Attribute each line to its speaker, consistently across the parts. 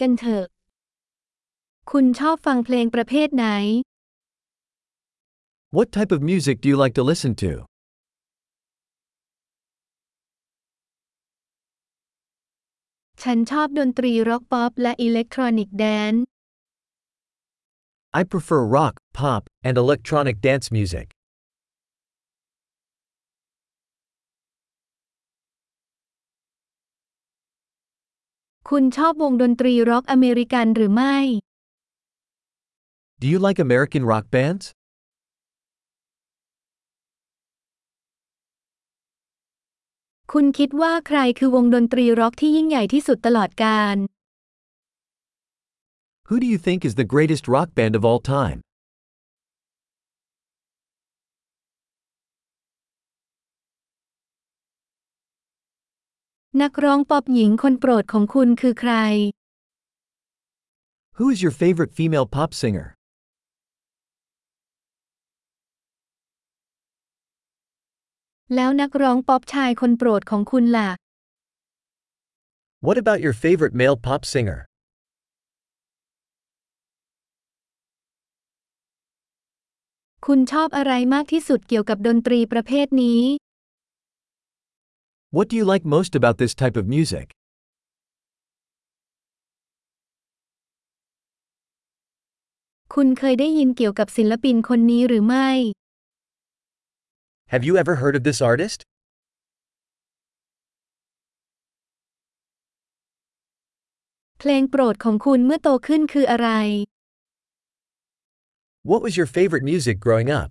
Speaker 1: กันเถอะ คุณชอบฟังเพลงประเภทไหน
Speaker 2: What type of music do you like to listen to?
Speaker 1: ฉันชอบดนตรีร็อกป๊อปและอิเล็กทรอนิกแดน
Speaker 2: I prefer rock, pop, and electronic dance music.
Speaker 1: คุณชอบวงดนตรีร็อกอเมริกันหรือไม่
Speaker 2: Do you like American rock bands?
Speaker 1: คุณคิดว่าใครคือวงดนตรีร็อกที่ยิ่งใหญ่ที่สุดตลอดกาล
Speaker 2: Who do you think is the greatest rock band of all time?
Speaker 1: นักร้องป๊อปหญิงคนโปรดของคุณคือใคร
Speaker 2: Who is your favorite female pop singer?
Speaker 1: แล้วนักร้องป๊อปชายคนโปรดของคุณล่ะ
Speaker 2: What about your favorite male pop singer?
Speaker 1: คุณชอบอะไรมากที่สุดเกี่ยวกับดนตรีประเภทนี้
Speaker 2: What do you like most about this type of music?
Speaker 1: คุณเคยได้ยินเกี่ยวกับศิลปินคนนี้หรือไม่
Speaker 2: Have you ever heard of this artist?
Speaker 1: เพลงโปรดของคุณเมื่อโตขึ้นคืออะไร
Speaker 2: What was your favorite music growing up?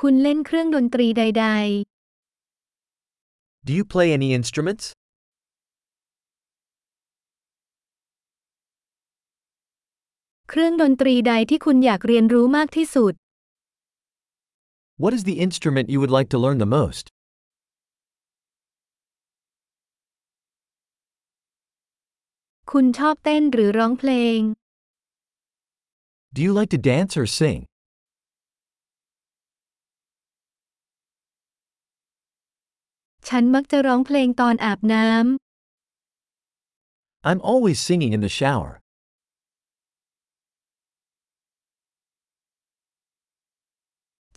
Speaker 1: คุณเล่นเครื่องดนตรีใด
Speaker 2: Do you play any instruments?
Speaker 1: ๆ เครื่องดนตรีใดที่คุณอยากเรียนรู้มากที่สุด
Speaker 2: What is the instrument you would like to learn the most?
Speaker 1: คุณชอบเต้นหรือร้องเพลง
Speaker 2: Do you like to dance or sing?
Speaker 1: ฉันมักจะร้องเพลงตอนอาบน้ำ
Speaker 2: I'm always singing in the shower.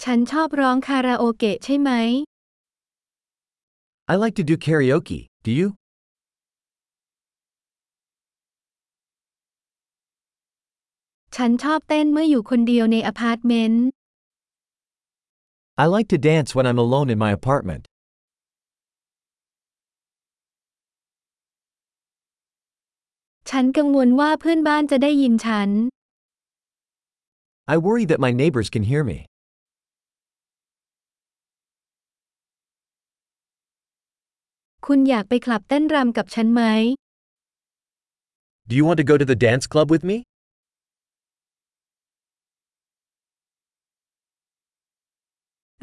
Speaker 1: ฉันชอบร้องคาราโอเกะใช่ไหม
Speaker 2: I like to do karaoke, do you?
Speaker 1: ฉันชอบเต้นเมื่ออยู่คนเดียวในอพาร์ตเมนต์
Speaker 2: I like to dance when I'm alone in my apartment.
Speaker 1: ฉันกังวลว่าเพื่อนบ้านจะได้ยินฉัน
Speaker 2: I worry that my neighbors can hear me.
Speaker 1: คุณอยากไปคลับเต้นรำกับฉันไหม
Speaker 2: Do you want to go to the dance club with me?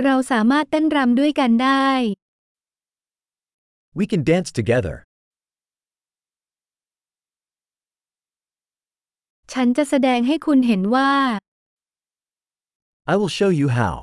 Speaker 1: เราสามารถเต้นรำด้วยกันได้
Speaker 2: We can dance together.
Speaker 1: ฉันจะแสดงให้คุณเห็นว่า
Speaker 2: I will show you how.